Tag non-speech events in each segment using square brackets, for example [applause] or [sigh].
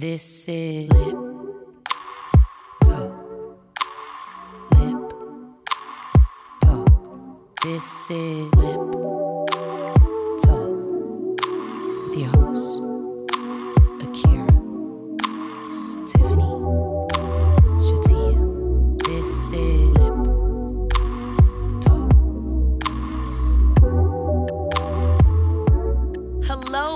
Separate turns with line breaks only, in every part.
This is lip talk. Lip talk. This is lip talk with your host Akira, Tiffany, Shatia. This is lip talk.
Hello,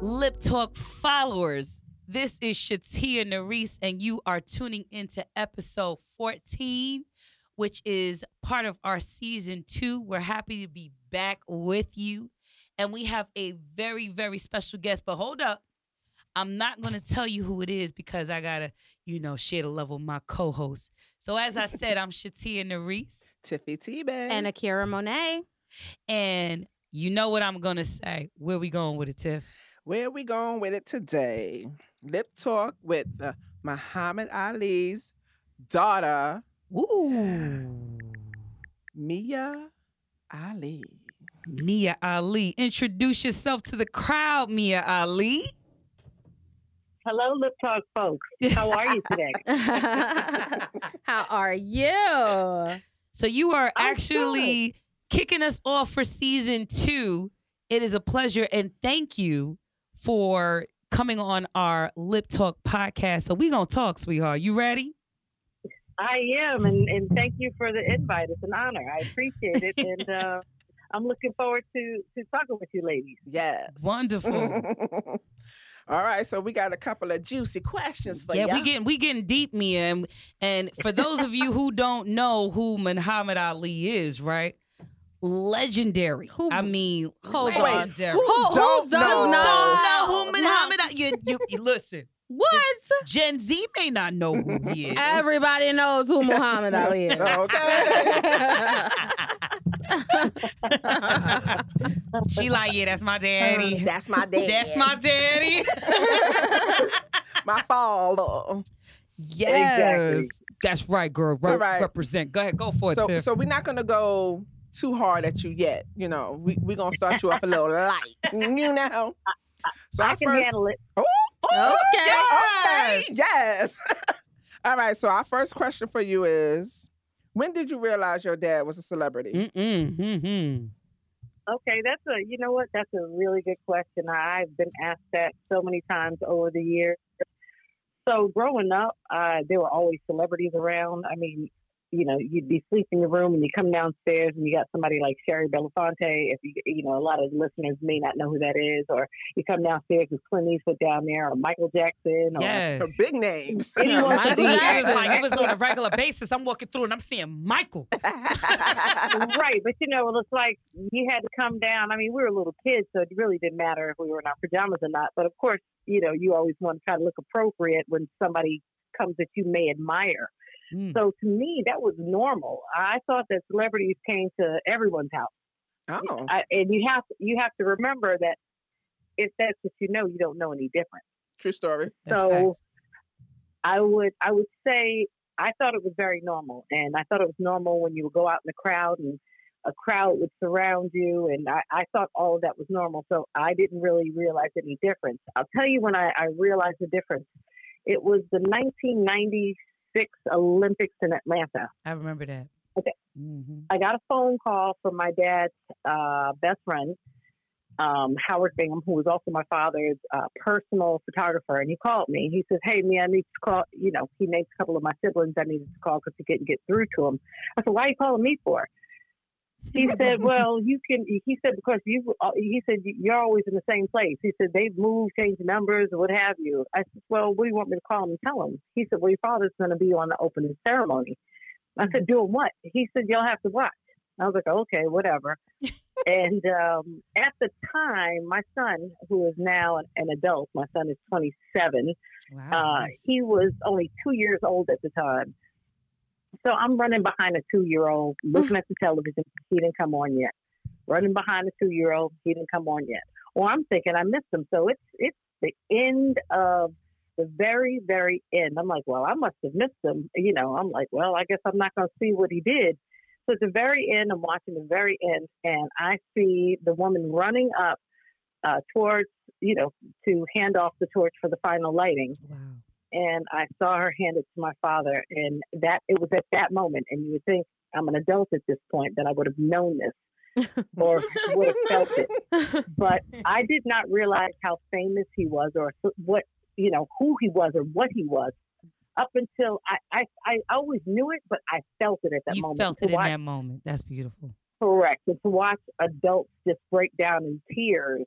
Lip Talk followers. This is Shatia Nerese, and you are tuning into episode 14, which is part of our season two. We're happy to be back with you. And we have a very, very special guest. But hold up. I'm not going to tell you who it is because I got to, you know, share the love with my co host. So, as I said, I'm Shatia Nerese.
Tiffy T bag.
and Akira Monet.
And you know what I'm going to say. Where we going with it, Tiff?
where we going with it today? Lip talk with uh, Muhammad Ali's daughter,
Ooh.
Mia Ali.
Mia Ali. Introduce yourself to the crowd, Mia Ali.
Hello, Lip Talk folks. How are you today?
How are you?
So you are
I'm
actually kicking us off for season two. It is a pleasure and thank you for coming on our Lip Talk podcast. So we gonna talk, sweetheart. You ready?
I am, and, and thank you for the invite. It's an honor. I appreciate it,
[laughs]
and uh, I'm looking forward to to talking with you, ladies.
Yes.
Wonderful.
[laughs] All right, so we got a couple of juicy questions for
yeah,
you.
we getting we getting deep, Mia, and, and for those of you who don't know who Muhammad Ali is, right? Legendary.
Who-
I mean,
Hold
Wait,
on.
legendary.
who,
Who- who
don't
does
know?
not?
don't know who
No.
Muhammad Ali. You, you, you- listen.
What?
Gen Z may not know who he is.
[laughs] Everybody knows who Muhammad Ali
[laughs]
is. [laughs]
Okay.
she like, yeah, that's my daddy.
That's my dad.
That's my daddy.
[laughs]
my father.
yes, that's right, girl. Re-
All right.
Represent. Go ahead, go for it.
So,
Tiff.
so we're not gonna go too hard at you yet. You know, we we gonna start you off a little light. You know. So
I
our
can
first-
handle it.
Oh,
[laughs]
oh,
Okay.
yeah, okay. Yes. [laughs] All right. So our first question for you is: When did you realize your dad was a celebrity?
Mm-mm, mm-hmm. mm-mm.
Okay, that's a you know what? That's a really good question. I've been asked that so many times over the years. So growing up, uh, there were always celebrities around. I mean, you know, you'd be sleeping in your room and you come downstairs and you got somebody like Sherry Belafonte. If you you know, a lot of listeners may not know who that is, or you come downstairs and Clint Eastwood down there, or Michael Jackson, or
Yes.
Her big
[laughs]
names.
Anyone
Yeah, Michael
could be
She was
Jackson.
Jackson.
like, it was on a regular basis. I'm walking through and I'm seeing
[laughs]
Michael.
right, but you know, it's like you had to come down. I mean, we were little kids, so it really didn't matter if we were in our pajamas or not. But of course, you know, you always want to try to look appropriate when somebody comes that you may admire.
Mm.
So to me, that was normal. I thought that celebrities came to everyone's house,
[laughs] oh.
I, and you have you have to remember that if that's what you know, you don't know any different
True story.
That's
so
facts.
I would I would say I thought it was very normal, and I thought it was normal when you would go out in the crowd and a crowd would surround you, and I, I thought all of that was normal. So I didn't really realize any difference. I'll tell you when I, I realized the difference. It was the 1996 Olympics in Atlanta.
I remember that.
Okay.
hmm
I got a phone call from my dad's uh, best friend, um, Howard Bingham, who was also my father's uh, personal photographer, and he called me. He says, "Hey, me, I need to call. You know, he named a couple of my siblings. I needed to call because he couldn't get through to him." I said, "Why are you calling me for?" He said, "Well, you can." He said, "Because you," uh, he said, "You're always in the same place." He said, "They've moved, changed numbers, what have you." I said, "Well, what do you want me to call him and tell him?" He said, "Well, your father's going to be on the opening ceremony." I said, "Doing what?" He said, "You'll have to watch." I was like, "Okay, whatever." and um, at the time, my son, who is now an, an adult, my son is 27,
Wow.
uh,
nice.
he was only two years old at the time. So I'm running behind a two year old, looking at the television. He didn't come on yet. Running behind a two year old, he didn't come on yet. Or I'm thinking I missed him. So it's it's the end of the very very end. I'm like, well, I must have missed him. You know, I'm like, well, I guess I'm not going to see what he did. So at the very end, I'm watching the very end, and I see the woman running up uh, towards, you know, to hand off the torch for the final lighting.
Wow.
And I saw her hand it to my father. And that it was at that moment. And you would think I'm an adult at this point that I would have known this
[laughs]
or would have felt it. But I did not realize how famous he was or what, you know, who he was or what he was. Up until I, I, I always knew it, but I felt it at that
you
moment.
felt
To
it in
watch
that moment. That's beautiful.
Correct. And to watch adults just break down in tears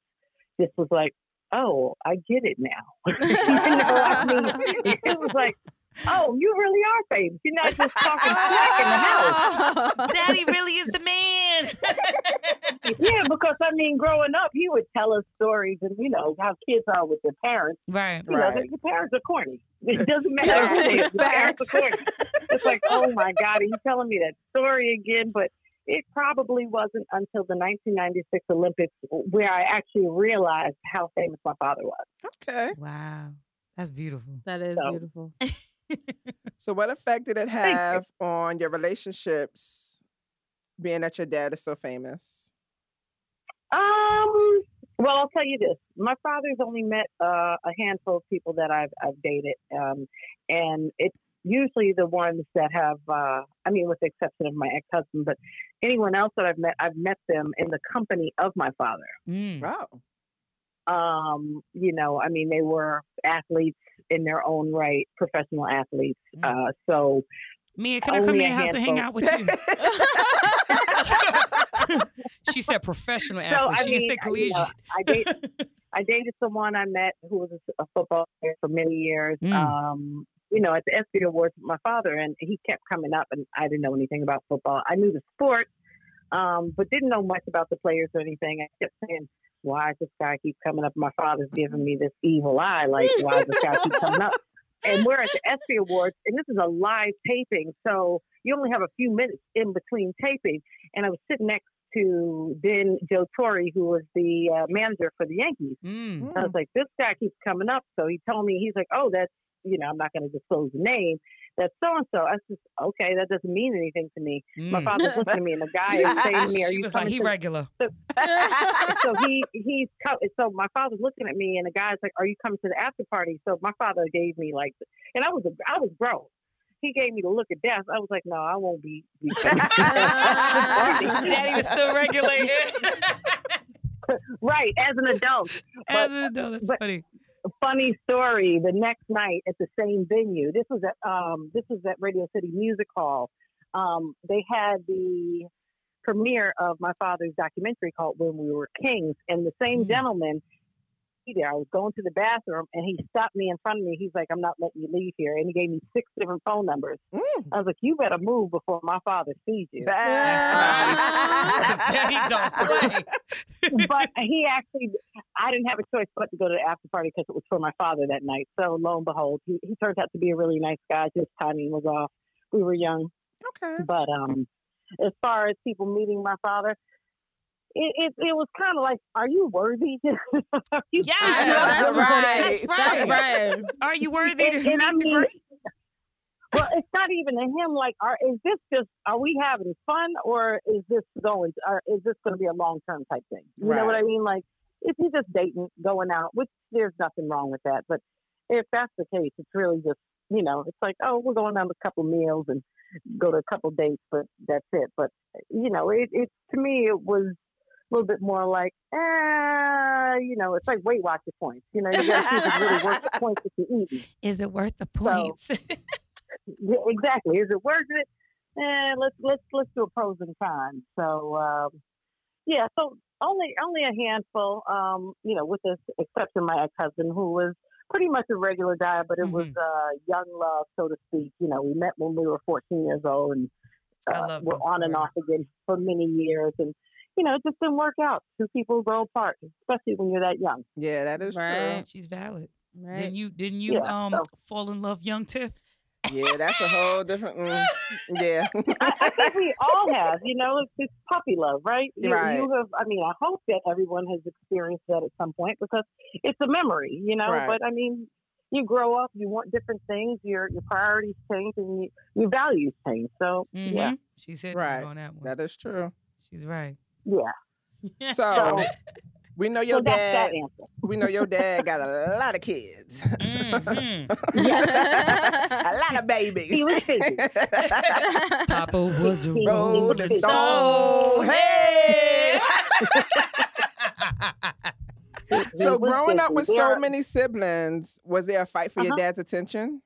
just was like, oh, I get it now. You know, I mean, it was like, oh, you really are famous. You're not just talking smack
[laughs]
in the house.
Daddy really is the man. [laughs]
Yeah, because I mean, growing up, he would tell us stories and, you know, how kids are with their parents.
right.
You know,
Right.
the, the parents are corny. [laughs] It doesn't matter. who it is, the parents are corny. It's like, oh my God, are you telling me that story again? But it probably wasn't until the 1996 Olympics where I actually realized how famous my father was.
Okay.
Wow. That's beautiful. [laughs]
That is
So-
beautiful.
So, what effect did it
you.
have on your relationships, being that your dad is so famous?
Um. Well, I'll tell you this: my father's only met uh, a handful of people that I've I've dated, um, and it's usually the ones that have. Uh, I mean, with the exception of my ex husband, but anyone else that I've met, I've met them in the company of my father.
Mm. [laughs]
Wow. [laughs]
um, you know, I mean, they were athletes in their own right, professional athletes. Uh, so
Mia, can I come to
Only
your
a
house and hang
handful.
out with
[laughs]
Mm.
you? she said professional athlete.
I
she
mean,
didn't say
I- you
collegiate.
know, I date, I dated someone I met who was a s- a football player for many years.
Mm.
Um, you know, at the ESPY Awards with my father, and he kept coming up, and I didn't know anything about football. I knew the sport, um, but didn't know much about the players or anything. I kept saying, "Why does this guy keep coming up?" My father's giving me this evil eye, like, "Why does this guy keep coming up?" And we're at the ESPY Awards, and this is a live taping, so you only have a few minutes in between taping. And I was sitting next to then Joe Torre, who was the uh, manager for the Yankees.
Mm.
I was like, this guy keeps coming up. So he told me, he's like, oh, that's, you know, I'm not going to disclose the name. That's so and so. I was just, okay, that doesn't mean anything to me. My
Mm.
father's listening to me, and the guy is saying to me, are
she
you
was like,
coming
he
to-" [laughs]
regular.
So he he's co- so my father's looking at me, and the guy's like, "Are you coming to the after party?" So my father gave me like, and I was a, I was grown. He gave me the look of death. I was like, "No, I won't be." be coming to the after party."
Daddy was
[laughs]
still regulating.
right as an adult.
As an adult, that's
but- [laughs]
funny.
funny story the next night at the same venue this was at um, this was at radio city music hall um, they had the premiere of my father's documentary called when we were kings and the same
Mm.
gentleman he there i was going to the bathroom and he stopped me in front of me he's like i'm not letting you leave here and he gave me six different phone numbers
[laughs] Mm.
i was like you better move before my father sees you
Because [laughs] daddy don't play.
but he actually, I didn't have a choice but to go to the after party because it was for my father that night. So lo and behold, he, he turned out to be a really nice guy. His timing was off. We were young,
okay.
but um, as far as people meeting my father, it it, it was kind of like, are you worthy? [laughs] Are you-
Yeah,
I know,
that's
that's right.
right.
That's right. [laughs]
Are you worthy to
And-
meet
and I
the
mean-
great?
Well, it's not even to him. Like, are is this just? Are we having fun, or is this going? Or is this going to be a long term type thing? You know what I mean? Like, if you're just dating, going out, which there's nothing wrong with that. But if that's the case, it's really just you know, it's like, oh, we're going on a couple meals and go to a couple dates, but that's it. But you know, it, it to me it was a little bit more like, ah, you know, it's like Weight Watcher points. You know, you got to really worth the points that you're eating.
Is it worth the
points? Yeah, exactly. Is it worth it? Eh, let's let's let's do a pros and cons. So um, yeah, so only only a handful. Um, you know, with this exception my ex husband who was pretty much a regular guy, but it was
Mm-hmm.
uh, young love, so to speak. You know, we met when we were 14 years old, and
I
uh,
love
we're
those
on and off again for many years, and. You know, it just didn't work out. Two people grow apart, especially when you're that young.
Yeah, that is
Right.
She's valid.
Right.
Didn't
[laughs]
you? [laughs] Didn't you?
Yeah,
um,
so-
fall in love, young Tiff.
true. Yeah, that's a whole different.
[laughs]
mm, yeah. [laughs]
I, I think we all have, you know, it's, it's puppy love, right? You,
Right.
you have, I mean, I hope that everyone has experienced that at some point because it's a memory, you know,
Right.
but I mean, you grow up, you want different things, your your priorities change and you, your values change. So,
Mm-hmm.
yeah,
Mhm. She's hitting
Right.
right. on that one.
That is true.
She's right.
yeah.
So, We know your
So that's
dad.
that answer.
We know your dad got a lot of kids,
[laughs]
Mhm.
a lot of babies. [laughs]
He was busy.
Papa was a
Road
rolling
is so
So-
hey.
He- he
So
was
growing up
busy.
with
We
so
are-
many siblings, was there a fight for your
Uh-huh.
dad's attention?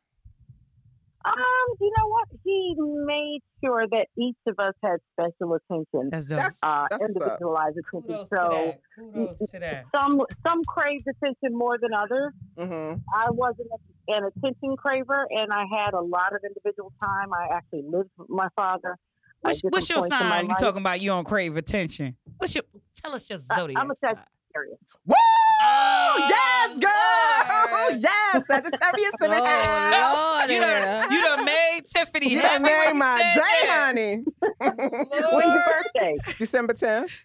Um, you know what? He made sure that each of us had special attention,
That's dope.
That's
uh,
that's what's up.
individualized attention.
Kudos
So
to that. Kudos to that.
some some craved attention more than others.
Mm-hmm.
I wasn't an attention craver, and I had a lot of individual time. I actually lived with my father. at
What's,
different
what's your
points in my
sign? You
life.
talking about you don't crave attention? What's your? Tell us your zodiac.
I'm a Sag-
sign.
Aries.
Woo!
Oh,
yes, girl.
Lord.
Yes, Sagittarius in the house.
oh,
[laughs]
Lord.
You done, you done made Tiffany.
You
happy
done made
when
my
you said
day,
that.
honey.
When's
[laughs]
[laughs]
your
Lord.
birthday?
December 10th.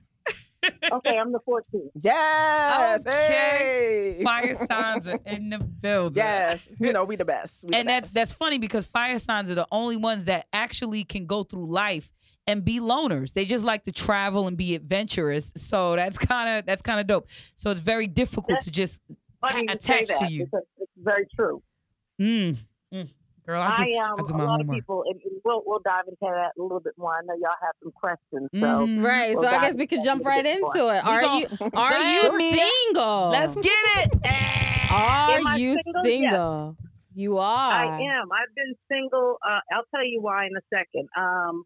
Okay, I'm the
[laughs]
14th.
Yes.
Okay.
Hey.
Fire signs are in the building.
Yes. You know, we the best. We the
And that's
best.
that's funny because fire signs are the only ones that actually can go through life and be loners. They just like to travel and be adventurous. So that's kind of that's kind of dope. So it's very difficult to just
Funny you say
attach
that
to you.
because it's very true.
Mm, mm. girl, I do,
I um,
do
a
my
lot of
homework.
people, and, and we'll we'll dive into that a little bit more. I know y'all have some questions, so
Mhm.
Right. So
Well,
I
that-
guess we could
that
jump
is a
right
good
into
point.
it. Are
gon-
you are
Go
you
ahead,
single?
Let's get
[laughs]
it.
Am
Are
I
you
single? Yes.
single? You are.
I am. I've been single. Uh, I'll tell you why in a second. Um,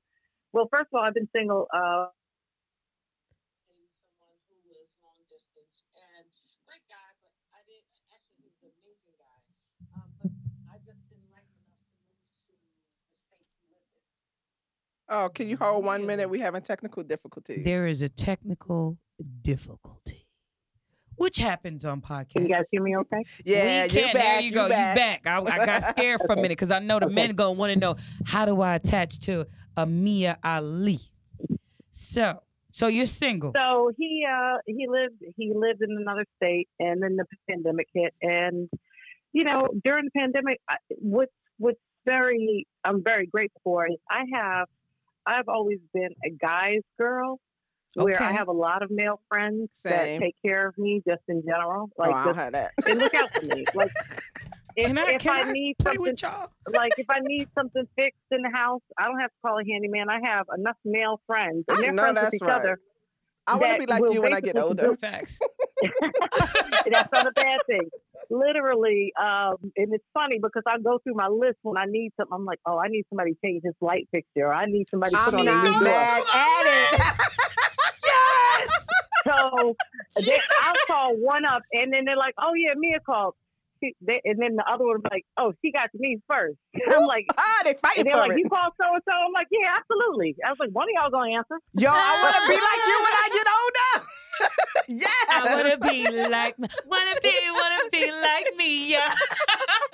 well, first of all, I've been single. Uh,
Oh, can you hold one minute? We having technical difficulties.
There is a technical difficulty, which happens on podcasts.
can you guys hear me? Okay.
Yeah,
we can.
you back.
there you, go.
Back.
You back. I, I got scared for a
Okay.
minute because I know the
Okay.
men gonna want to know how do I attach to Amia Ali. So, so you're single.
So he uh, he lived he lived in another state, and then the pandemic hit. And you know, during the pandemic, I, what's what's very I'm very grateful for is I have I've always been a guy's girl. Where I
Okay.
have a lot of male friends
Same.
that take care of me, just in general, like
oh, I
just
don't have that.
they look out for me. Like if,
Can I-
if
can
I,
I
need
Play
something,
with y'all.
like if I need something fixed in the house, I don't have to call a handyman. I have enough male friends,
I
and they're
know
friends
that's
with each
right.
other.
I want to
that
be like
will
you when I get
basically
older.
Facts.
That's not a bad thing. Literally, um, and it's funny because I go through my list when I need something. I'm like, oh, I need somebody to change this light fixture. Or I need somebody to put
I'm
on a new
not
door.
mad at it. [laughs]
Yes.
So they, I'll call one up, and then they're like, "Oh yeah, Mia called," she, they, and then the other one like, "Oh, she got to me first. I'm like,
Ah, they fighting
And
for
they're like,
it.
you call so and so. I'm like, yeah, absolutely. I was like, one of y'all gonna answer.
Yo, I want to be like you when I [laughs] get older. yes.
I
[laughs]
wanna be like, wanna be, wanna be like me. Yeah. [laughs]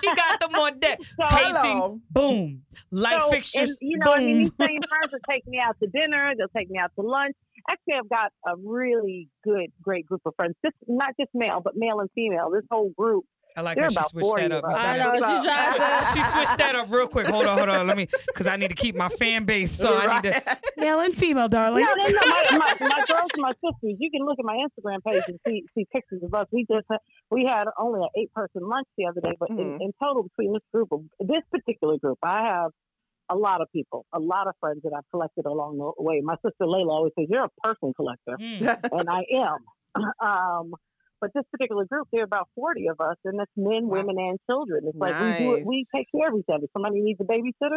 she got them on deck.
So,
Hey,
Hello.
Boom. Light
so
fixtures.
and, you know,
boom.
I mean, these same friends will take me out to dinner. They'll take me out to lunch. Actually, I've got a really good, great group of friends. Just not just male, but male and female. This whole group.
I like
there
how
are
she
about
switched
40
that
of
up.
us.
You
I
sound-
know she tried
[laughs]
to.
she switched that up real quick. Hold on, hold on. Let me, because I need to keep my fan base. So I need to. Male and female, darling.
No, they know my, my, my girls and my sisters. You can look at my Instagram page and see see pictures of us. We just we had only an eight person lunch the other day, but
Mhm.
in, in total between this group of this particular group, I have a lot of people, a lot of friends that I've collected along the way. My sister Layla always says, "You're a person collector,"
Mm.
and I am. [laughs] Um, but this particular group, there are about forty of us, and it's men,
Wow.
women, and children. It's like we do it, we
Nice.
take care of each other. Somebody needs a babysitter.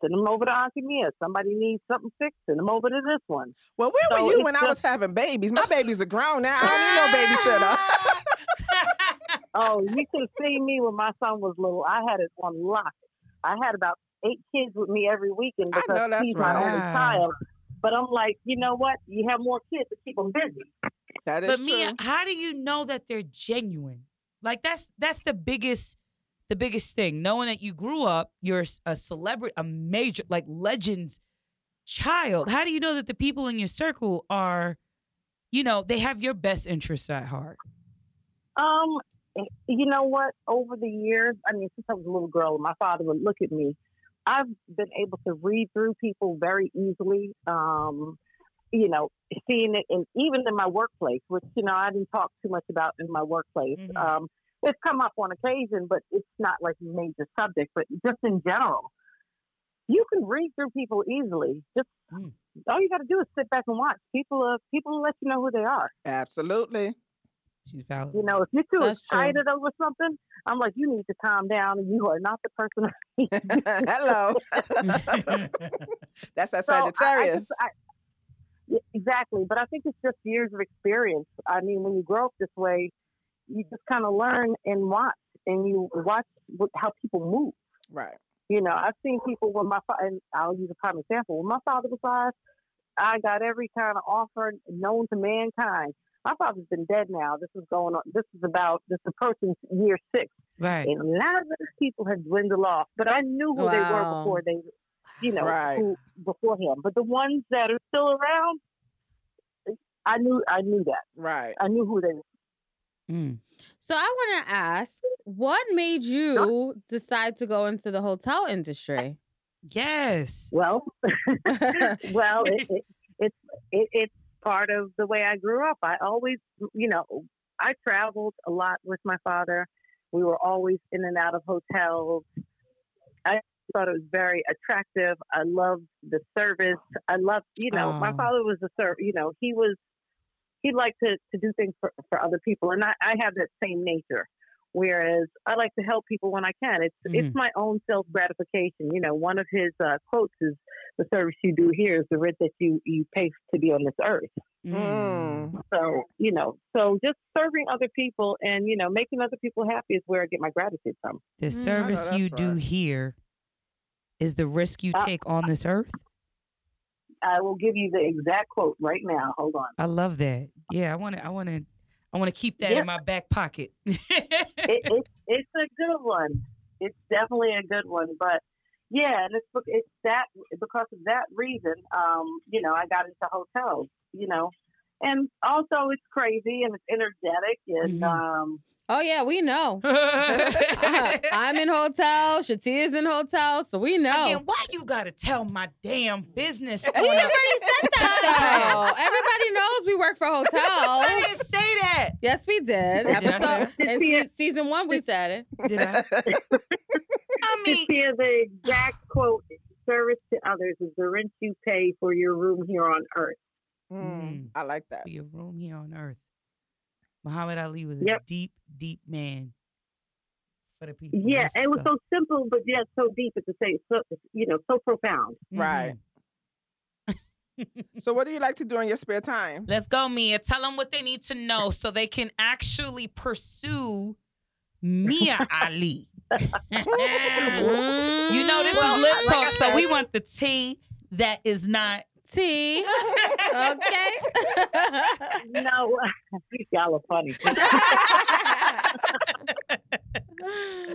Send them over to Auntie Mia. Somebody needs something fixed. Send them over to this one.
Well, where
So
were you
it's
when I was
just-
having babies? My babies are grown now. I don't need no babysitter.
Ah,
[laughs]
Oh, you should have seen me when my son was little. I had it on lock. I had about eight kids with me every weekend
I know
because
that's
he's
right.
my only child. But I'm like, you know what? You have more kids to keep them busy.
That is
But
true.
Mia, how do you know that they're genuine? Like that's that's the biggest the biggest thing. Knowing that you grew up, you're s- a celebrity, a major like legends child. How do you know that the people in your circle are, you know, they have your best interests at heart?
Um, you know what? Over the years, I mean, since I was a little girl, my father would look at me. I've been able to read through people very easily. Um, you know, seeing it, and even in my workplace, which you know I didn't talk too much about in my workplace.
Mhm.
Um, it's come up on occasion, but it's not like a major subject. But just in general, you can read through people easily. Just
Mm.
all you got to do is sit back and watch. People, are, people let you know who they are. [laughs]
Absolutely. [laughs]
She's valid. [laughs]
You know, if you're too
That's true.
excited over something, I'm like, you need to calm down. You are not the person. [laughs]
Hello. [laughs] That's that
So I- I just-
Sagittarius.
I- Yeah, exactly. But I think it's just years of experience. I mean, when you grow up this way, you just kind of learn and watch, and you watch what, how people move.
right.
You know, I've seen people when my fa- and I'll use a prime example. When my father was alive, I got every kind of offer known to mankind. My father's been dead now. This is going on. This is about this is approaching year six,
right.
and a lot of those people have dwindled off. But I knew who they were
Wow.
before they, you know,
Right.
who, before him. But the ones that are still around, I knew. I knew that.
Right.
I knew who they. were.
Mm.
So I want to ask, what made you decide to go into the hotel
[laughs]
industry? Oh,
Yes.
Well,
yeah.
[laughs] well, it, it, it's it, it's part of the way I grew up. I always, you know, I traveled a lot with my father. We were always in and out of hotels. I thought it was very attractive. I loved the service. I loved, you know, my
Oh.
father was a serv You know, he was he liked to to do things for for other people, and I I have that same nature. Whereas I like to help people when I can. It's it's my own self gratification. You know, one of his uh, quotes is the service you do here is the rent that you you pay to be on this earth.
Mm.
Mm.
So you know, so just serving other people and you know making other people happy is where I get my gratitude from.
The
Mm, I know
service you
that's
do
right.
here is the risk you
Uh,
take on this earth.
I will give you the exact quote right now. Hold on.
I love that. Yeah, I want to. I want to. I want to keep that
Yeah.
in my back pocket. [laughs]
It, it, it's a good one. It's definitely a good one, but. Yeah, and it's bec- it's that because of that reason, um, you know, I got into hotels, you know, and also it's crazy and it's energetic and
Mhm.
um,
oh yeah, we know. [laughs] I'm in hotel. Shatia's in hotel, so we know.
Again, why you gotta tell my damn business?
we
on
already
a-
[laughs]
said that though. Everybody knows we work for
I [laughs]
hotels.
didn't say that.
Yes, we
Did
did.
I
Episode
say that?
in se- season one, we said it.
Did
[laughs]
I?
[laughs]
I
to
mean,
hear the exact quote service to others is the rent you pay for your room here on earth.
Mm,
Mm.
I like that.
for your room here on earth. Muhammad Ali was a
Yep.
deep, deep man for the people.
Yeah,
That's
it was
what's up.
so simple, but yet so deep at the same, so, you know, so
[laughs]
profound.
Mm-hmm.
Right. So, what do you like to do in your spare
[laughs]
time?
Let's go, Mia. Tell them what they need to know so they can actually pursue
[laughs]
Mia Ali. you know, this
Mm.
is lip
like I
talk, so
said-
we want the tea that is not.
T. [laughs] Okay.
No, [laughs] y'all are funny.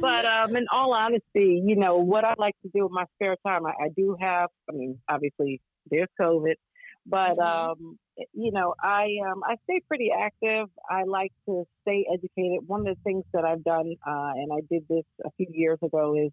But um, in all honesty, you know what I like to do with my spare time. I, I do have. I mean, obviously there's COVID, but
Mhm.
um, you know I um, I stay pretty active. I like to stay educated. One of the things that I've done, uh, and I did this a few years ago, is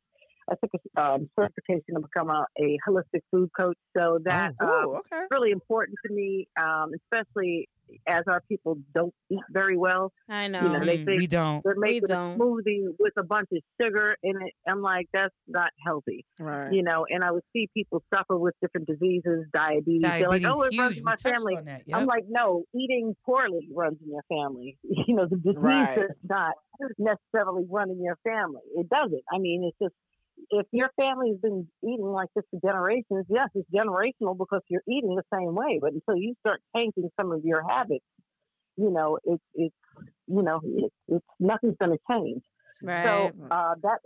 I took a um, certification to become a, a holistic food coach. So that
[laughs]
um,
Oh, okay.
really important to me, um, especially as our people don't eat very well.
I know.
You know, they
Mm,
think
we don't.
They're making a
don't.
smoothie with a bunch of sugar in it. I'm like, that's not healthy,
Right.
you know. And I would see people suffer with different diseases, diabetes.
Diabetes
They're like, oh, it
huge.
runs in
We
my
touched
family.
on that.
I'm
yep.
like, no, eating poorly runs in your family. [laughs] You know, the disease
Right.
does not necessarily run in your family. It doesn't. I mean, it's just if your family has been eating like this for generations, yes, it's generational because you're eating the same way. But until you start changing some of your habits, you know, it's it's you know, it, it's nothing's going to change.
Right.
So uh, that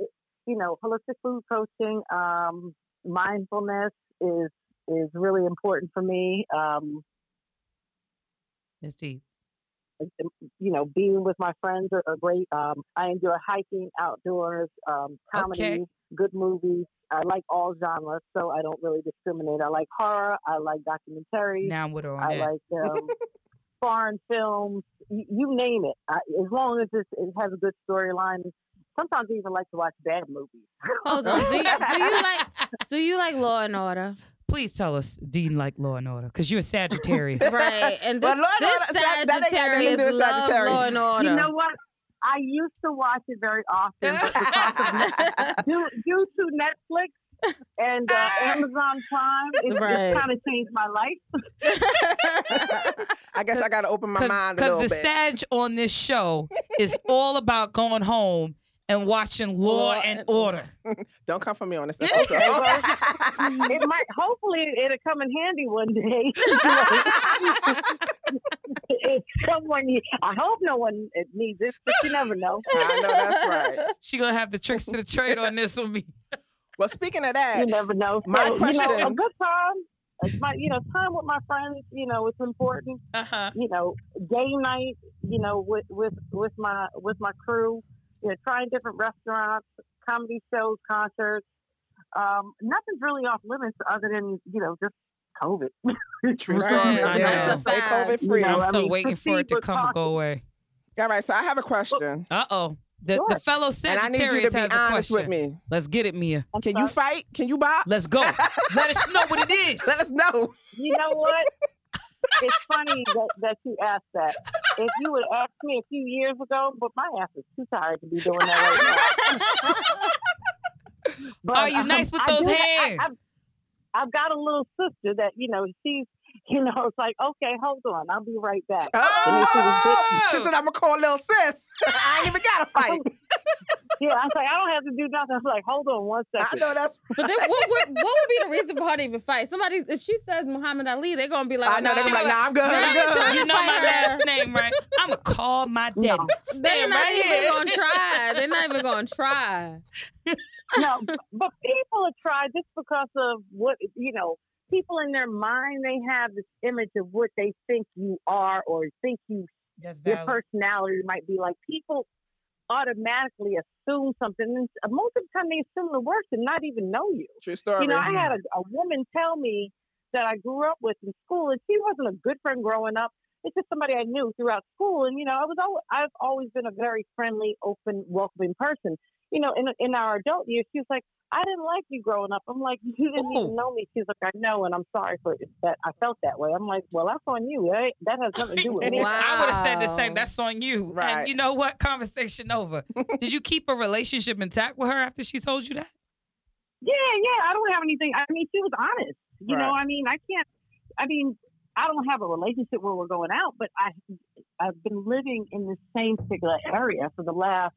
you know, holistic food coaching, um, mindfulness is is really important for me. Um,
It's deep.
um, you know, being with my friends are, are great. Um, I enjoy hiking, outdoors, um, comedy,
Okay.
good movies. I like all genres, so I don't really discriminate. I like horror. I like documentaries.
Now I'm with her on
I
that.
like um, foreign films. You, you name it. I, as long as it's, it has a good storyline. Sometimes
Oh,
I even like to watch bad movies. [laughs]
[laughs]
Hold on. Do you, do you like do you like Law and Order?
Please tell us, do you like Law and Order? Because
[laughs]
you're a Sagittarius.
[laughs]
Right. And
Well,
this,
Law and
this
Order- that- that ain't got nothing to
Sagittarius
do with
loves
Sagittarius.
Law and Order.
You know what? I used to watch it very
[laughs]
often, but [laughs] due, due to Netflix and uh, Amazon Prime, it's
Right.
kind of changed my life.
I guess I gotta open my mind a little
Because the
bit.
Sag on this show is all about going home and watching Law
Law
and
and-
Order.
Don't come for me on this. stuff. Okay. [laughs]
It might, hopefully, it'll come in handy one day. [laughs] if someone, I hope no one needs this, but you never know.
I know that's right.
She gonna have the tricks to the trade on this with me.
Well, speaking of
You
that,
never know. So,
My
you know, a
question-
good time. it's My, you know, time with my friends. You know, it's important.
Uh-huh.
you know, game night, you know, with with with my with my crew, you know, trying different restaurants, comedy shows, concerts. Um, nothing's really off limits other than you know just COVID. [laughs]
true
Right,
story.
I
Yeah.
know.
Stay COVID
You
free.
know,
I'm
I
so
mean,
waiting for it to
proceed
come
with
and go away.
All right, so I have a question,
Uh oh. The,
Sure.
the fellow
and I need you to
Sagittarius
be
has a
honest
question.
with me.
Let's get it, Mia.
I'm
Can you
sorry.
fight? Can you box?
Let's go. Let us know what it is.
Let us know.
You know what? it's funny that, that you asked that. If you would ask me a few years ago, but my ass is too tired to be doing that
[laughs]
right now. But,
Are you nice with
I
those
do- I-
hands?
I, have I've got a little sister that you know she's you know it's like okay, hold on, I'll be right back.
Oh! She said, I'm gonna call little sis. [laughs] I ain't even gotta
Oh,
fight.
Yeah, I was like, I don't have to do nothing. I was like, hold on one
I
[laughs]
second.
know that's
[laughs] But then, what, would what would be the reason for her to even fight? Somebody, if she says Muhammad Ali, they're gonna be like,
I know
nah,
they're like, nah, I'm good.
Nah,
I'm
they
good.
trying
you
to
know
fight
my
her.
last name, right? I'ma call my daddy.
No.
They're
Stand
not
right
even
here.
gonna try. They're not
[laughs]
even gonna try.
no, but people are tried just because of what you know. People in their mind, they have this image of what they think you are or think you
That's
your
valid.
personality might be like. People automatically assume something. And s- most of the time, they assume the worst and not even know you.
True story.
You know, I had a, a woman tell me that I grew up with in school, and she wasn't a good friend growing up. It's just somebody I knew throughout school, and you know, I was always, I've always been a very friendly, open, welcoming person. You know, in in our adult years, she was like, "I didn't like you growing up." I'm like, "You didn't
Ooh.
even know me." She's like, "I know, and I'm sorry for it, that I felt that way." I'm like, "Well, that's on you. That, ain't- that has nothing to do
[laughs]
with me."
Wow.
I would have said the same. That's on you.
Right.
And you know what? Conversation over. Did you keep a relationship intact with her after she told you that?
Yeah, yeah. I don't have anything. I mean, she was honest. You know, I mean, I can't. I mean, I don't have a relationship where we're going out, but I, I've been living in the same particular area for the last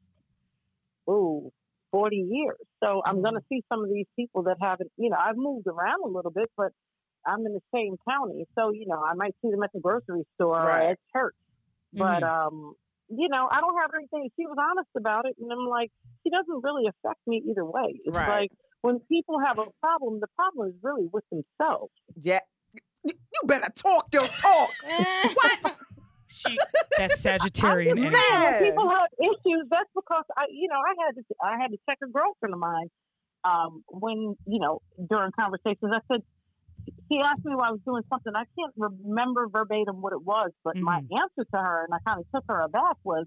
ooh forty years. So I'm going to see some of these people that haven't. You know, I've moved around a little bit, but I'm in the same county. So you know, I might see them at the grocery store or
Right.
at church. But um, you know, I don't have anything. She was honest about it, and I'm like, she doesn't really affect me either way. It's
Right.
like when people have a problem, the problem is really with themselves.
Yeah. You you better talk your talk. What?
Mm-hmm. She that's
I
Sagittarian
can
energy.
imagine
Yeah.
when people have issues, that's because I, you know, I had to, I had to check a girlfriend of mine um, when, you know, during conversations. I said, she asked me why I was doing something. I can't remember verbatim what it was, but my answer to her, and I kind of took her aback, was,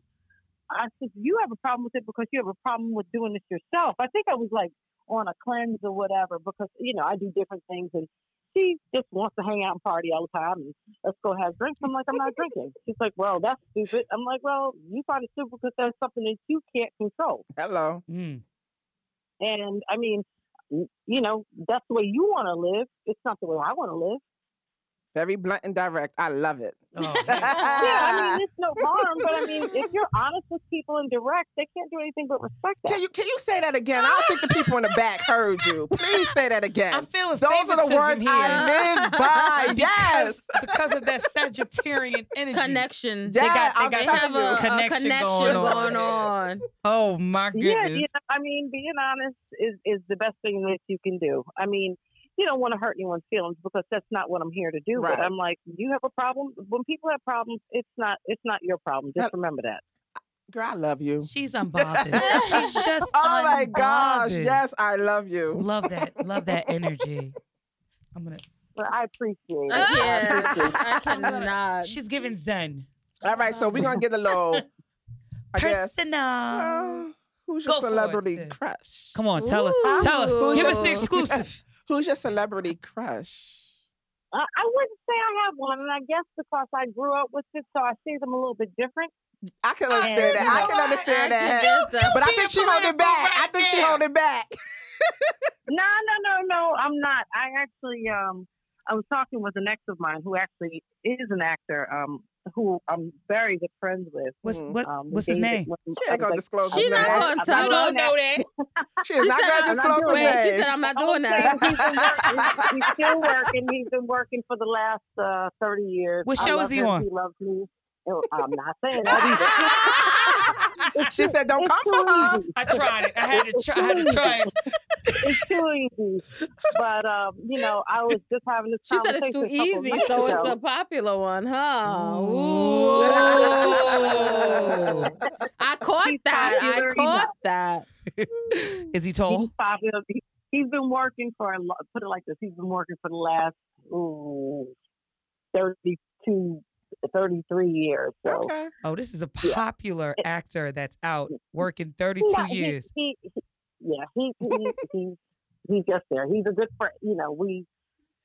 I said, you have a problem with it because you have a problem with doing this yourself. I think I was like on a cleanse or whatever because, you know, I do different things and she just wants to hang out and party all the time. And let's go have drinks. I'm like, I'm not drinking. She's like, well, that's stupid. I'm like, well, you find it stupid because that's something that you can't control.
Hello.
Mm.
And I mean, y- you know, that's the way you want to live. It's not the way I want to live.
Very blunt and direct. I love it.
Oh,
[laughs]
yeah,
man.
I mean, it's no harm, but I mean, if you're honest with people and direct, they can't do anything but respect that.
Can you can you say that again? I don't think the people in the
[laughs]
back heard you. Please say that
I'm
again.
feeling
Those are the
favoritism
words
here. [laughs]
I live by. Yes.
because of that
[laughs]
Sagittarian energy.
Connection.
Yeah,
They got- they
I'm
got-
They
telling
have
you.
a a connection,
Connection
going,
going on.
on.
Oh my
yeah, you
[laughs]
know,
goodness.
I mean, being honest is is the best thing that you can do. I mean, you don't want to hurt anyone's feelings because that's not what I'm here to do.
Right.
But I'm like, you have a problem. When people have problems, it's not it's not your problem. Just remember that.
Girl, I love you.
She's unbothered.
[laughs]
She's just
Oh my gosh.
unbothered.
Yes, I love you.
Love that. Love that energy. I'm gonna
But I appreciate it.
I
I
[laughs]
can't.
appreciate it.
I
Uh,
cannot.
She's giving Zen.
All right, so we're gonna get a little I guess
Personal.
uh, who's your
um, Go for it,
celebrity
sis.
crush?
Come on, tell us. Tell us.
Ooh.
[laughs]
Give us the exclusive.
Who's your celebrity crush?
I, Uh, I wouldn't say I have one, and I guess because I grew up with it, so I see them a little bit different.
I can
I-
understand
you
that. I
know
can
what?
understand that.
You- you
but I
being
think she hold
political
it back. I
right
think she
there.
hold it back.
No, no, no, no. I'm not. I actually, um, I was talking with an ex of mine who actually is an actor, um, who I'm very good friends with.
What's
Mm,
what?
um, we
What's his [laughs]
dated
name?
when
She
I
ain't
was
gonna
like-
disclose
She's
his
not
name.
gonna
I'm
tell
not
us.
doing that.
She is not
said,
gonna
I'm not
disclose his
doing
Wait,
that.
she
name.
said, I'm not
I
doing
would say
that.
[laughs] He's, been
[laughs]
working, he's, he's still working. He's been working for the last uh, 30 years.
What
I
show
love
is he
him.
on?
He loves me. Oh, I'm not
[laughs]
saying that
[laughs]
either.
she said, "Don't
it's
come for
too
her."
easy.
I tried it. I had to try. I had to try it.
It's too easy. But, um, you know, I was just having this
She said
conversation
it's too
a couple
easy,
nights
so it's
ago.
a popular one, huh?
Ooh.
Ooh. I caught
He's
that.
popular
I caught that.
[laughs]
Is he
He's
Oh.
tall?
popular. He- He's been working for a lot. Put it like this: he's been working for the last ooh, 32, 33 years. So
Okay.
Oh, this is a
Yeah.
popular actor that's out working
He's
32
not- he-
years.
He, he- yeah, he
[laughs]
he he's he's just there. He's a good friend. You know, we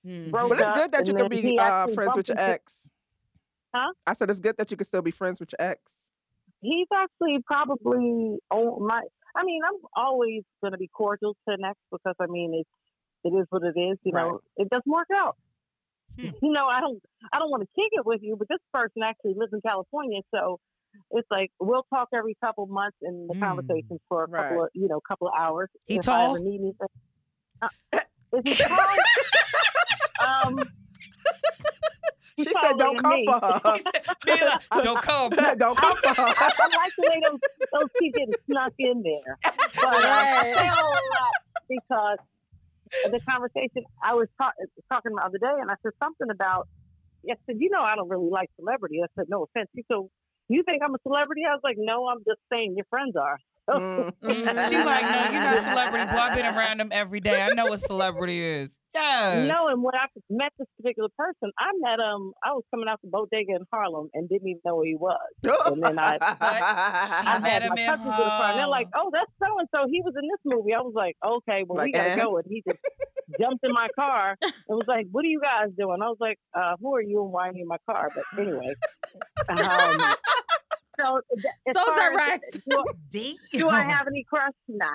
Mhm.
broke
But it's
up
Mm-hmm. good that you
and
can be
then he
uh,
actually
friends with
bumped
your
into-
ex.
Huh?
I said it's good that you can still be friends with your ex.
He's actually probably oh my. I mean, I'm always going to be cordial to an ex because I mean it's it is what it is. You
Right.
know, it doesn't work out.
Hmm.
[laughs] You know, I don't I don't want to kick it with you, but this person actually lives in California, so it's like we'll talk every couple months in the
Hmm.
conversations for a couple
Right.
of you know couple of hours.
He
if I ever
tall?
need anything.
[laughs]
Uh, is he tall? um,
She
he's
said, "Don't
taller
come
than
for her."
[laughs]
Mila, don't come.
Don't come for her.
I, I like the way those, those keep getting snuck in there. But uh,
Right.
they don't laugh because the conversation I was ta- talking the other day, and I said something about, I said, you know, I don't really like celebrity. I said, no offense. He said, you think I'm a celebrity? I was like, no, I'm just saying your friends are.
Mm.
Mhm.
[laughs] She like, no, you're
[laughs]
not a celebrity. Boy, I've been around him every day. I know what celebrity is. Yes.
No, and when I met this particular person, I met him. I was coming out to Bodega in Harlem and didn't even know who he was. [laughs] And then
she
I-
[laughs]
[laughs] I
met
had
him
my
in
cousins in the car, and they're like, "Oh, that's so and so. He was in this movie." I was like, "Okay, well,
Like,
we gotta
eh?
go." And he just jumped in my car and was like, "What are you guys doing?" I was like, uh, "Who are you and why are you in my car?" But anyway, um, so th- as
So
far as-
direct.
do,
[laughs] Damn. [laughs]
do I have any crush? Nah.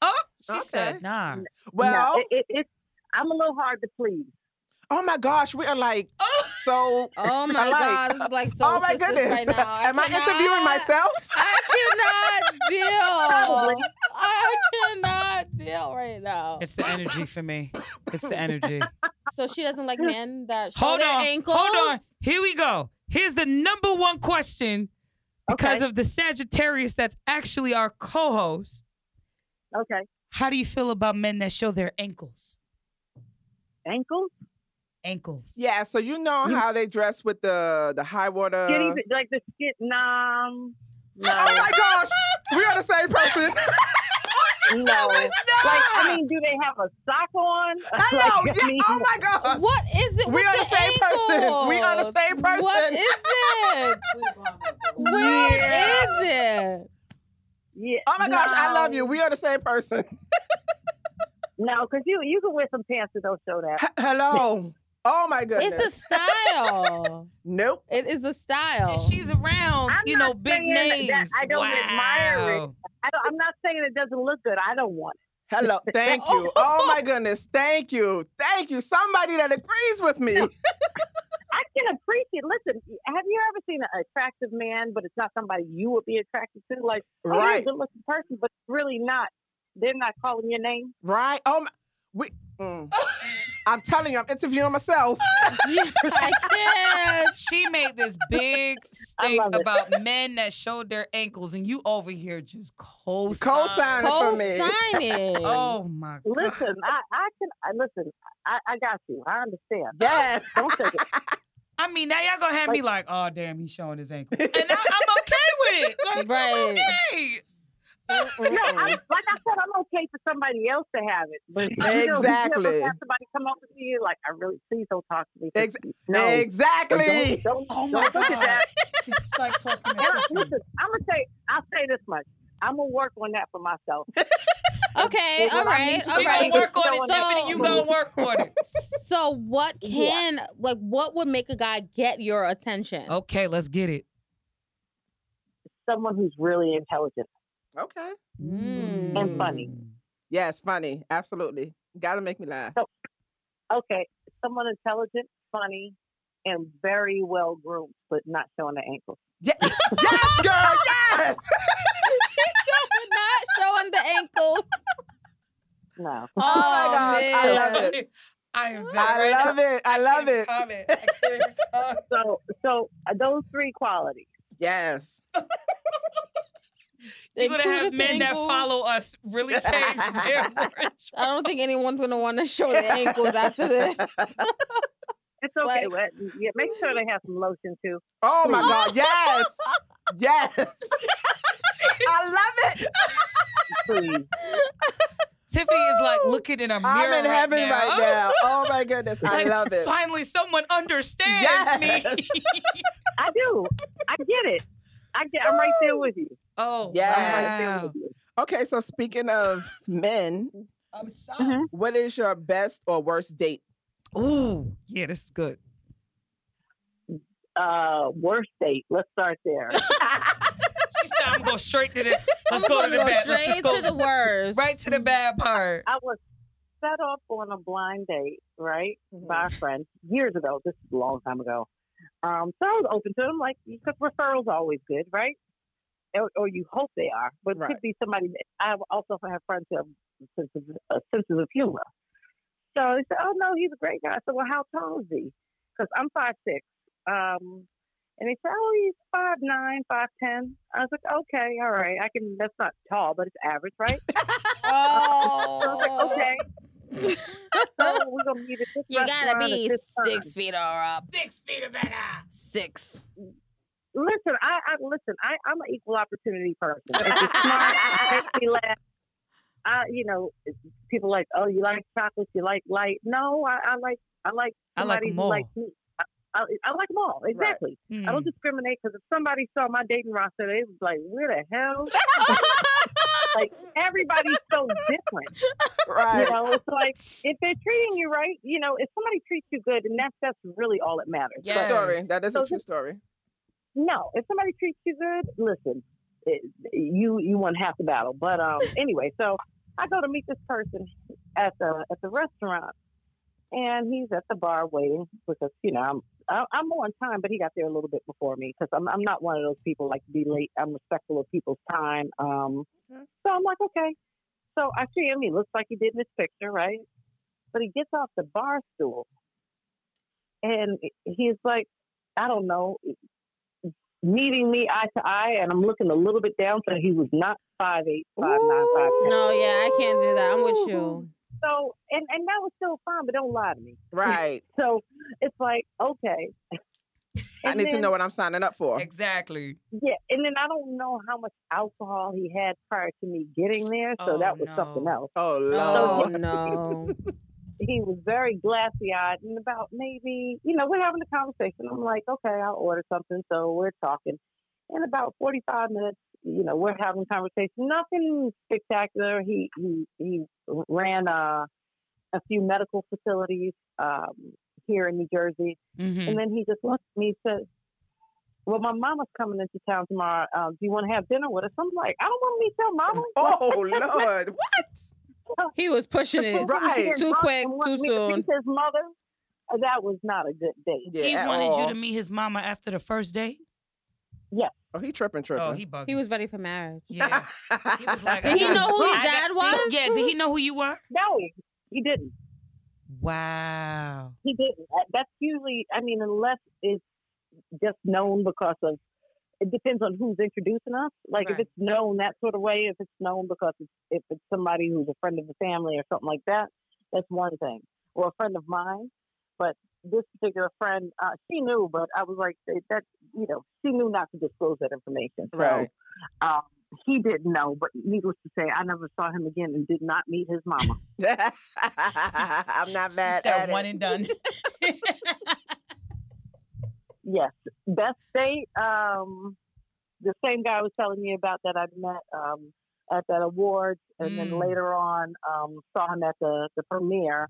Oh, she
Okay.
said, nah.
well,
no. it, it, it's I'm a little hard to please.
oh my gosh, we are like so. [laughs]
Oh my
like-
god, this is like so
oh my goodness,
right now.
[laughs]
I
am I
cannot-
interviewing myself?
[laughs] I cannot
Probably.
deal. I cannot deal right now.
It's the energy for me. It's the [laughs] energy.
So she doesn't like men that show
hold
their
on.
ankles.
Hold on. Here we go. Here's the number one question because
Okay.
of the Sagittarius that's actually our co host.
Okay,
How do you feel about men that show their ankles?
ankles,
Ankles.
Yeah. So you know
You-
how they dress with the the high water.
skinny, like the skin. Um, no,
[laughs] Oh my gosh, we are the same [laughs] person.
no.
It's not.
Like, I mean, do they have a sock on?
Ah!
[laughs]
Hello.
Like, I
yeah.
mean,
Oh my gosh.
What is it?
We
with
are the same person. We are the
ankles?
same
What
person.
is it? Where
Yeah.
is it?
Yeah.
Oh my gosh, I love
no.
you. We are the same person.
No, because you you can wear some pants that don't show that.
H- Hello. Oh my goodness.
It's a style.
nope.
it is a style.
And
[laughs]
she's around,
I'm
you know,
not
big
saying that
names.
I don't admire it.
Wow.
I don't, I'm not saying it doesn't look good. I don't want it. [laughs]
Hello. Thank you. Oh my goodness. Thank you. Thank you. Somebody that agrees with me.
[laughs] I can appreciate. Listen, have you ever seen an attractive man, but it's not somebody you would be attracted to? Like, oh, you're a
Right.
good looking person, but it's really not. They're not calling your name.
Right. Oh my. We. mm.
[laughs]
I'm telling you, I'm interviewing myself.
I can't.
She made this big
[laughs] I
stink
love it.
about men that showed their ankles, and you over here just cold
Co-sign.
co
for me.
signing.
Oh my god!
Listen, I, I can. I, listen, I, I got you. I understand.
Yes.
Don't take it.
[laughs]
I mean, now y'all gonna have me like, oh damn, he's showing his ankle, and I,
[laughs]
I'm okay with it. Like, I'm
Right.
okay.
[laughs] No, I'm, like I said, I'm okay for somebody else to have it, but you know, if you ever
Exactly.
have somebody come up to you like, I really please don't talk to me.
Ex-
no,
Exactly.
Don't, don't,
Oh
don't look at that.
She's like talking
And I,
to
listen, I'm gonna say, I'll say this much. I'm gonna work on that for myself.
Okay,
Well,
all
when I need
right,
to
all
She
go
gonna work on
right.
out
it,
So-
Tiffany. You gonna work on it.
So, [laughs] what
Yeah.
can like what would make a guy get your attention?
[laughs] Okay, let's get it.
Someone who's really intelligent.
Okay.
Mm.
And funny.
Yes, funny. Absolutely. Gotta make me laugh.
Okay, someone intelligent, funny, and very well groomed, but not showing the ankles.
Ye- yes, girl. Yes.
Not [laughs] showing the [laughs] ankle.
No.
Oh,
my gosh, I love
it. I am.
I
dying right
love
now.
it. I love
can't even
it.
Comment. I can't even [laughs] comment.
So, so uh, those three qualities.
Yes.
You're gonna
Included
have
the
men that
ankles.
follow us
[laughs]
really change their words. [laughs]
I don't think anyone's gonna want to show [laughs] their ankles after this.
It's okay.
Like-
well, yeah, make sure they have some lotion too.
[laughs] Oh my God. Yes. Yes. I love it.
Please.
Tiffany is like looking in a mirror.
[laughs] I'm in
right
heaven
now.
right now. Oh my goodness. I
Like,
love
[laughs]
it.
Finally, someone understands
Yes.
me.
I do. I get it. I get. I'm right there with you.
[laughs] oh,
[laughs]
I'm right there
wow.
with you.
Okay, so speaking of men,
I'm shocked.
Mhm.
what is your best or
[laughs]
worst date?
Ooh, yeah, this is good.
Uh, worst date. Let's start there.
She said, "I'm gonna go straight
[laughs]
to the. [laughs] Let's
I'm
go to
gonna
the bad. Let's
straight
just go
to the worst. Mm.
right to the bad part."
I was set up on a blind date, right, by a friend years ago. This is a long time ago. Um, so I was open to them, like because referrals are always good, right? Or, or you hope they are, but it
Right.
could be somebody. That, I also have friends who have senses, uh, senses of humor. So they said, "Oh no, he's a great guy." I said, "Well, how tall is he?" Because I'm five six. Um, and they said, "Oh, he's five nine, five ten. I was like, "Okay, all right, I can. That's not tall, but it's average, right?" Um, So I was
[laughs]
like,
Oh,
okay. [laughs] so we're gonna meet at this
You gotta
restaurant at
be
this time.
six feet or up.
Six feet of better.
Six.
Listen, I, I listen. I, I'm an equal opportunity person. If
[laughs]
you're smart, make me laugh. I, you know, people like, oh, you like chocolate, you like light. No, I, I like, I like
I like
somebody
'em
who
all.
likes me. I, I, I like them all exactly. I
Hmm.
don't discriminate because if somebody saw my dating roster, they was like, where the hell?
[laughs]
like everybody's so different.
Right.
You know, it's like if they're treating you right, you know, if somebody treats you good, and that's that's really all that matters.
True
Yes.
story. That is a
So
true story.
No, if somebody treats you good, listen, it, you you won half the battle. But um, [laughs] anyway, so I go to meet this person at the at the restaurant, and he's at the bar waiting because you know I'm I, I'm on time, but he got there a little bit before me because I'm I'm not one of those people like to be late. I'm respectful of people's time. Um, so I'm like, okay. So I see him. He looks like he did in his picture, right? But he gets off the bar stool, and he's like, I don't know, meeting me eye to eye, and I'm looking a little bit down, so he was not five eight, five nine, five ten.
No, yeah, I can't do that. I'm with you.
So, and and that was still fine, but don't lie to me.
Right.
So it's like, okay.
I
And
need to
then-
know what I'm signing up
[laughs]
for.
Exactly.
Yeah, and then I don't know how much alcohol he had prior to me getting there, so
Oh,
that was something
no.
else.
Oh
Oh [laughs]
[laughs]
Lord.
no.
He was very glassy eyed, and about maybe, you know, we're having a conversation. I'm like, okay, I'll order something, so we're talking. In about 45 minutes, you know, we're having a conversation. Nothing spectacular. He he he ran uh, a few medical facilities um, here in New Jersey.
Mm-hmm.
Mm.
And then he just looked at me and says, Well, my mama's coming into town tomorrow. Uh, do you want to have dinner with us? I'm like, I don't want to meet
[laughs]
your mama. [laughs]
Oh Lord. What?
He was pushing
Like,
it.
Right.
Too quick, too soon.
His mother. Uh, That was not a good date.
Yeah.
he
at
wanted you
oh.
all.
to meet his mama after the first date.
Oh, he tripping, tripping. [laughs]
Oh, he bugged.
He was ready for marriage.
Yeah. He
[laughs]
was like, "Uh-huh."
Did he
I
know
[laughs]
who his
I
dad
got-
was?
Did, yeah. Did he know who you were?
No, he didn't.
Wow.
He didn't. That- That's usually, I mean, unless it's just known because of, it depends on who's introducing us. Like
Right.
if it's known that sort of way, if it's known because it's, if it's somebody who's a friend of the family or something like that, that's one thing. Or a friend of mine. But this particular friend, uh, she knew, but I was like, "That- that, you know, she knew not to disclose that information. So,
Right.
um, he didn't know, but needless to say, I never saw him again and did not meet his mama.
I'm not
She
mad
said
at
one
it.
and done.
[laughs]
Yes, best date. Um, the same guy I was telling you about that I met um, at that awards, and then
Mm.
later on um, saw him at the the premiere.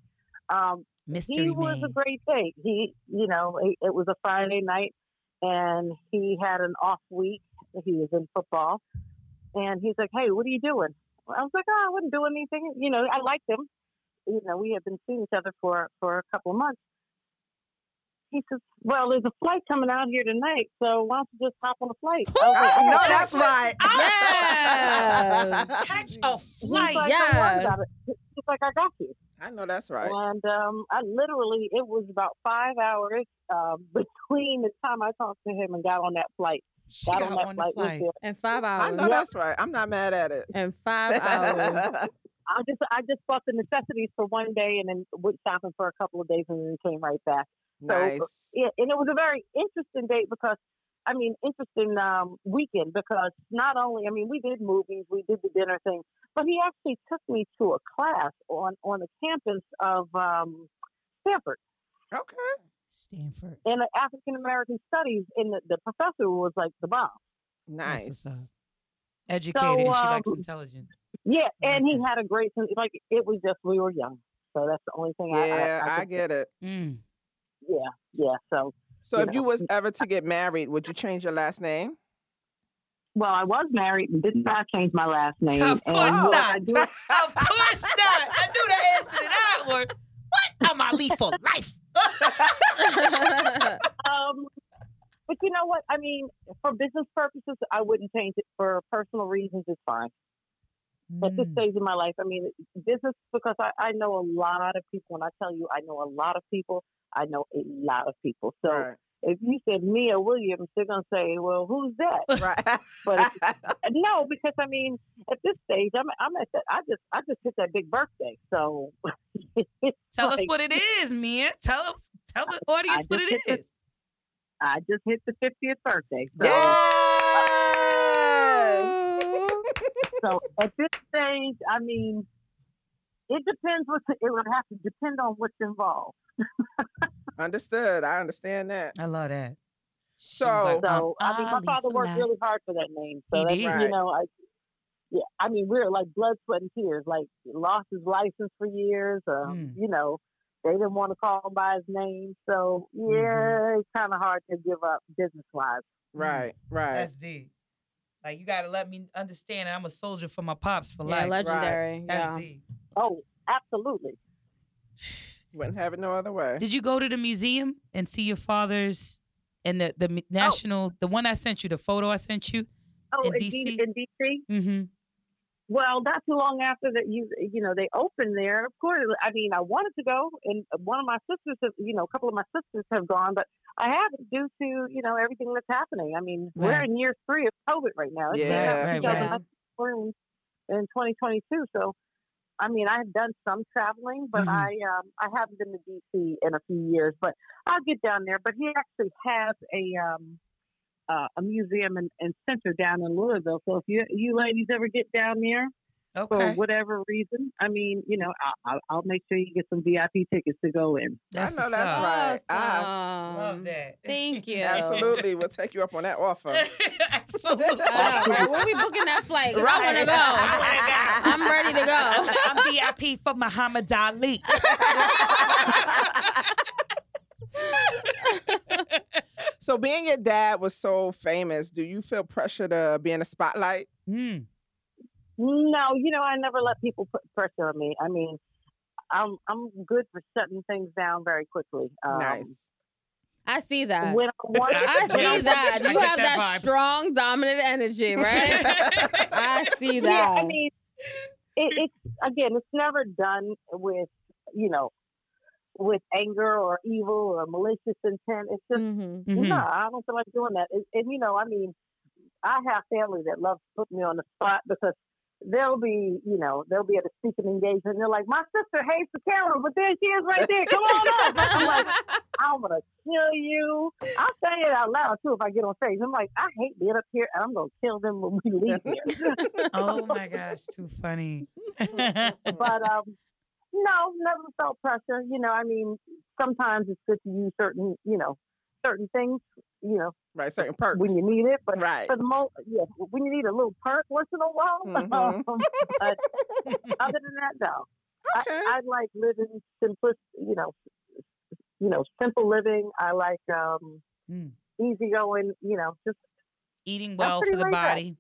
Um,
Mystery
he was
man.
a great date. He, you know, it, it was a Friday night, and he had an off week. He was in football, and he's like, "Hey, what are you doing?" I was like, "Oh, I wasn't doing anything." You know, I liked him. You know, we had been seeing each other for for a couple of months. He says, "Well, there's a flight coming out here tonight, so why don't you just hop on the flight?" I was like,
Oh,
"I
no,
got
that's right.
[laughs]
Yes.
Catch a
He's
flight.
like, "Don't worry
yes.
about it." He's like, "I got you."
[laughs] I know that's right.
And um, I literally, it was about five hours uh, [laughs] between the time I talked to him and got on that flight.
She
Got,
got
on that
on the
flight. with
flight.
him.
And five
I
hours.
know that's right. I'm not mad at it.
And
[laughs]
five hours.
I just, I just bought the necessities for one day and then went shopping for a couple of days and then came right back.
uh,
nice.
Yeah, and it was a very interesting date because, I mean, interesting um, weekend because not only, I mean, we did movies, we did the dinner thing, but he actually took me to a class on on the campus of um, Stanford.
Okay.
Stanford.
in the African American studies, and the, the professor was like the bomb.
That's what's
Nice.
up. Educated and she likes
um,
intelligence.
Yeah, and he
Okay.
had a great sense. Like it was just we were young, so that's the only thing. I-
Yeah,
I, I,
I,
could-
get it.
Mm.
Yeah, yeah. So
So
you
if you
know.
was ever to get married, would you change your last name?
well, I was married and did not change my last name.
Of
and
course
what
not.
[laughs]
I did-
Of course not. I knew the answer to that one. What? I'm Ali for life. [laughs]
um, but you know what? I mean, for business purposes, I wouldn't change it. For personal reasons, it's fine. [laughs] at this
Mm.
stage in my life, I mean, business because I, I know a lot of people. When I tell you, I know a lot of people. I know a lot of people. So
Right.
if you said Mia Williams, they're gonna say, "Well, who's that?"
Right.
But
[laughs]
if, no, because I mean, at this stage, I'm I'm at that. I just I just hit that big birthday, so [laughs]
Tell us
Like-
what it is, Mia. Tell us. Tell the audience
I
what
just
it
hit
is.
I just hit the 50th birthday.
[laughs]
So,
yes.
Oh,
Ooh.
so at this stage, I mean, it depends what it would have to depend on what's involved.
Understood. I understand that.
I love that.
So-
So I mean, my father worked really hard for that name. So
He
that's,
did.
you
Right.
know, I yeah, I mean, we were like blood, sweat, and tears. Like lost his license for years. Um,
Mm.
You know, they didn't want to call him by his name. So yeah,
Mm-hmm.
it's kind of hard to give up business wise.
Right. Right.
That's deep. Like you gotta let me understand that I'm a soldier for my pops for
yeah,
life.
legendary.
That's
yeah.
deep. [sighs]
Oh, absolutely.
Wouldn't have it no other way.
Did you go to the museum and see your father's and the the m- national the one I sent you the photo I sent you?
Oh,
In
in,
DC?
D- in DC.
Mm-hmm.
Well, not too long after that, you you know they opened there. Of course, I mean I wanted to go, and one of my sisters, have, you know, a couple of my sisters have gone, but I haven't due to you know everything that's happening. I mean, we're
Right.
in year three of COVID right now. It's been
Yeah,
out
right,
since I was
right.
in in 2022, so I mean I've done some traveling, but
Mhm.
I um, I haven't been to DC in a few years. But I'll get down there. But he actually has a um, uh, a museum and, and center down in Louisville. So if you you ladies ever get down there for
Okay.
whatever reason, I mean, you know, I, I'll, I'll make sure you get some VIP tickets to go in.
That's
I know
what's
that's
up.
right. I
Awesome.
Love that. [laughs]
Thank
uh,
you.
Absolutely. We'll take you up on that offer. [laughs]
Absolutely.
I [laughs] know, right? When we booking that flight? 'Cause I want to
Right.
go.
[laughs] I
I'm ready to go.
I'm VIP for Muhammad Ali.
So being your dad was so famous, do you feel pressure to be in the spotlight?
[laughs]
Mm.
No, you know, I never let people put pressure on me. I mean, I'm I'm good for shutting things down very quickly. Um,
nice.
I see that. [laughs]
When I want,
I
when I
see that.
I
You
get
have
that
that,
vibe.
strong, dominant
[laughs]
energy, right? I see that.
Yeah, I mean, it, it's again, it's never done with you know, with anger or evil or malicious intent. It's just
Mhm.
Mhm.
[laughs] no, I don't feel like doing that. And, and you know, I mean, I have family that loves to put me on the spot because they'll be, you know, they'll be at a speaking engagement. And they're like, my sister hates the camera, but there she is right there. Come on up. I'm like,
[laughs]
I'm gonna kill you. I'll say it out loud too if I get on stage. I'm like, I hate being up here, and I'm gonna kill them when we leave here.
Oh my gosh, too funny.
but um, no, never felt pressure. You know, I mean, sometimes it's good to use certain, you know, certain things you know,
Right, certain perks.
when you need it. But
right.
for the most, yeah, when you need a little perk once in a while. [laughs]
Mm-hmm.
Mhm.
Um, but other than that, no.
Okay.
I, I like living simplistic, you know, you know, simple living. I like um,
Mm.
easygoing, you know, just
[laughs] Eating
That's
well for
pretty
the
laid back.
body.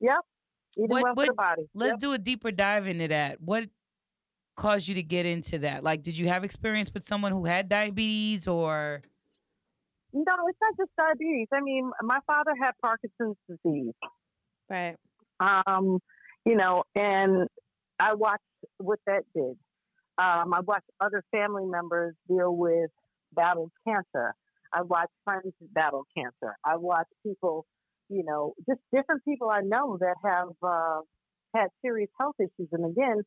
eating
What-
well
what-
for the body.
Let's
Yep.
do a deeper dive into that. What caused you to get into that? Like, did you have experience with someone who had diabetes or?
No, it's not just diabetes. I mean, my father had Parkinson's disease.
Right.
um, you know, and I watched what that did. Um, I watched other family members deal with battle cancer. I watched friends battle cancer. I watched people, you know, just different people I know that have uh, had serious health issues. And again,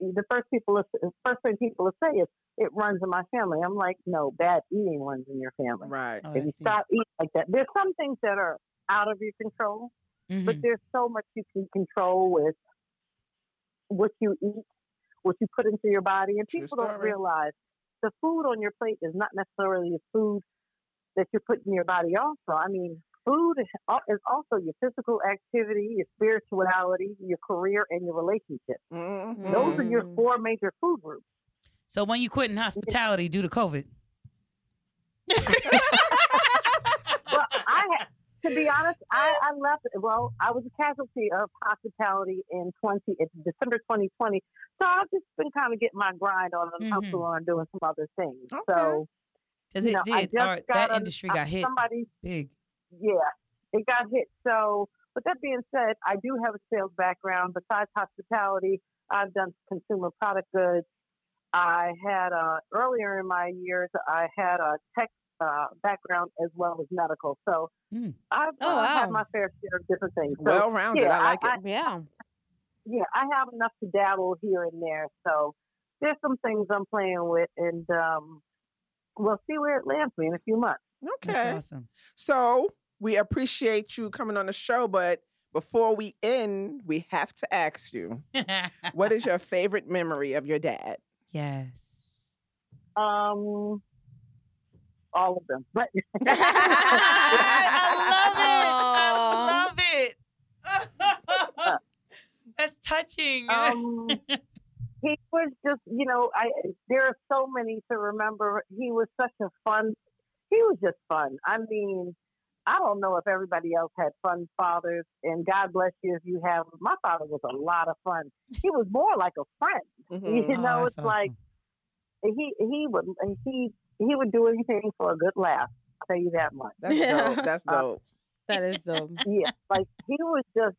the first people, the first thing people will say is, "It runs in my family." I'm like, "No, bad eating runs in your family.
Right.
Oh, I
If you
see.
stop eating like that, there's some things that are out of your control." but
Mm.
Mhm.
there's so much you can control with what you eat, what you put into your body, and
True
people don't
story.
realize the food on your plate is not necessarily the food that you're putting in your body. Also, I mean, food is al- is also your physical activity, your spirituality, your career, and your relationship.
Mhm.
Those are your
Mm.
four major food groups.
So when you quit in hospitality due to COVID,
well, I had, to be honest, I, I left. Well, I was a casualty of hospitality in twenty in December twenty twenty. So I've just been kind of getting my grind on and
Mhm.
hustle on doing some other things.
Okay.
So
because
you
it
know, I
did,
just
or that
got a-
industry got hit
somebody,
big.
yeah, it got hit. So, with that being said, I do have a sales background. Besides hospitality, I've done consumer product goods. I had uh, earlier in my years, I had a tech uh, background as well as medical. So
Hmm.
I've
Oh,
uh, had
wow.
my fair share of different things. So,
Well rounded.
yeah,
I like it.
Yeah.
yeah, I have enough to dabble here and there. So there's some things I'm playing with, and um, we'll see where it lands me in a few months.
okay.
That's awesome. [laughs]
So we appreciate you coming on the show, but before we end, we have to ask you, what is your favorite memory of your dad?
[laughs]
yes. [laughs]
Um, all of them, but
I love it. I love it. [laughs] That's touching.
Uh.
[laughs]
um, he was just, you know, I there are so many to remember. He was such a fun. He was just fun. I mean, I don't know if everybody else had fun fathers, and God bless you if you have. My father was a lot of fun. He was more like a friend.
Mhm.
you know,
Oh, that's
it's like he he would he he would do anything for a good laugh. I'll tell you that much.
That's dope. That's
[laughs] Uh,
dope.
That is dope.
Yeah, like he was just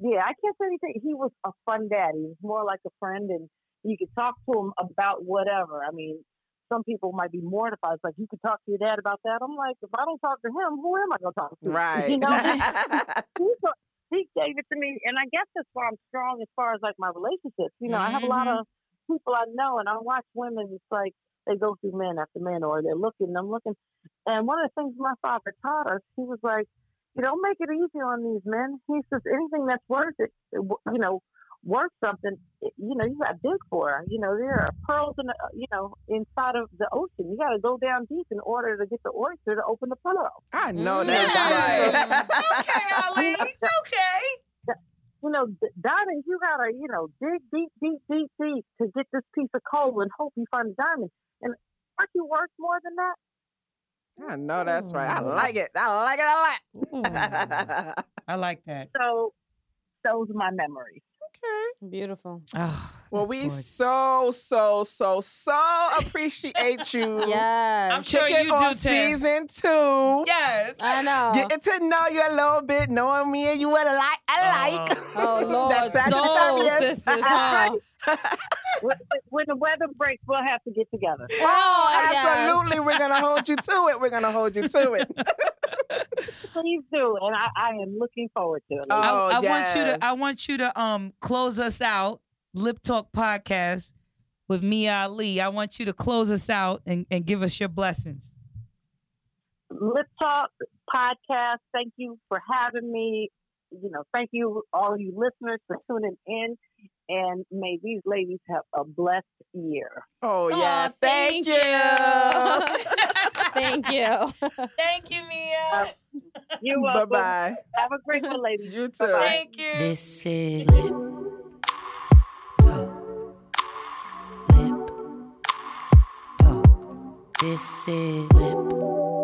yeah. I can't say anything. He was a fun dad. He was more like a friend, and you could talk to him about whatever. I mean, some people might be mortified. It's like you could talk to your dad about that. I'm like, if I don't talk to him, who am I gonna talk to?
Right.
You
[laughs]
know, he, wa- he gave it to me, and I guess that's why I'm strong as far as like my relationships. You know, I have a lot
Mhm.
of people I know, and I watch women. It's like they go through men after men, or they're looking. I'm looking, and one of the things my father taught us, he was like, you don't make it easy on these men. He says anything that's worth it, you know, worth something, you know, you got to dig for. You know, there are pearls in, the, uh, you know, inside of the ocean. You got to go down deep in order to get the oyster to open the pillow.
I know
Mm.
that's
Yeah.
right.
[laughs]
okay, Ali. Okay.
you know, D- diamonds, you gotta, you know, dig deep, deep, deep, deep to get this piece of coal and hope you find a diamond. And aren't you worth more than that?
I know that's right. I
Ooh.
like it. I like it
Ooh,
a lot.
I like that.
So, those are my memories.
[laughs] okay.
Beautiful.
Oh,
Well,
that's
we
gorgeous.
so so so
[laughs]
so appreciate you.
Yes.
I'm sure
Kick it
you do
on
too.
season Oh, two.
Yes.
I know.
[laughs]
Getting to know you a little bit, knowing me and you what I like. I like. [laughs]
Oh Lord,
That's
soul
Sagittarius.
[laughs]
sisters, huh?
when, when the weather breaks, we'll have to get together.
Oh,
yes.
absolutely. We're gonna hold you to it. We're gonna hold you to it.
Please do, and I, I am looking forward to it.
Uh,
I,
Oh,
I want you
yes.
to I want you to um close us out, Lip Talk Podcast with me Ali. I want you to close us out and, and give us your blessings.
Lip Talk podcast. Thank you for having me. You know, thank you all you listeners for tuning in. and may these ladies have a blessed year.
Oh, yes. Thank,
[laughs]
you. [laughs]
Thank you.
Thank you, Mia.
You
bye
welcome.
bye.
Have a great one, ladies.
You too.
Bye-bye.
Thank you.
This is lip talk. Lip talk. This is lip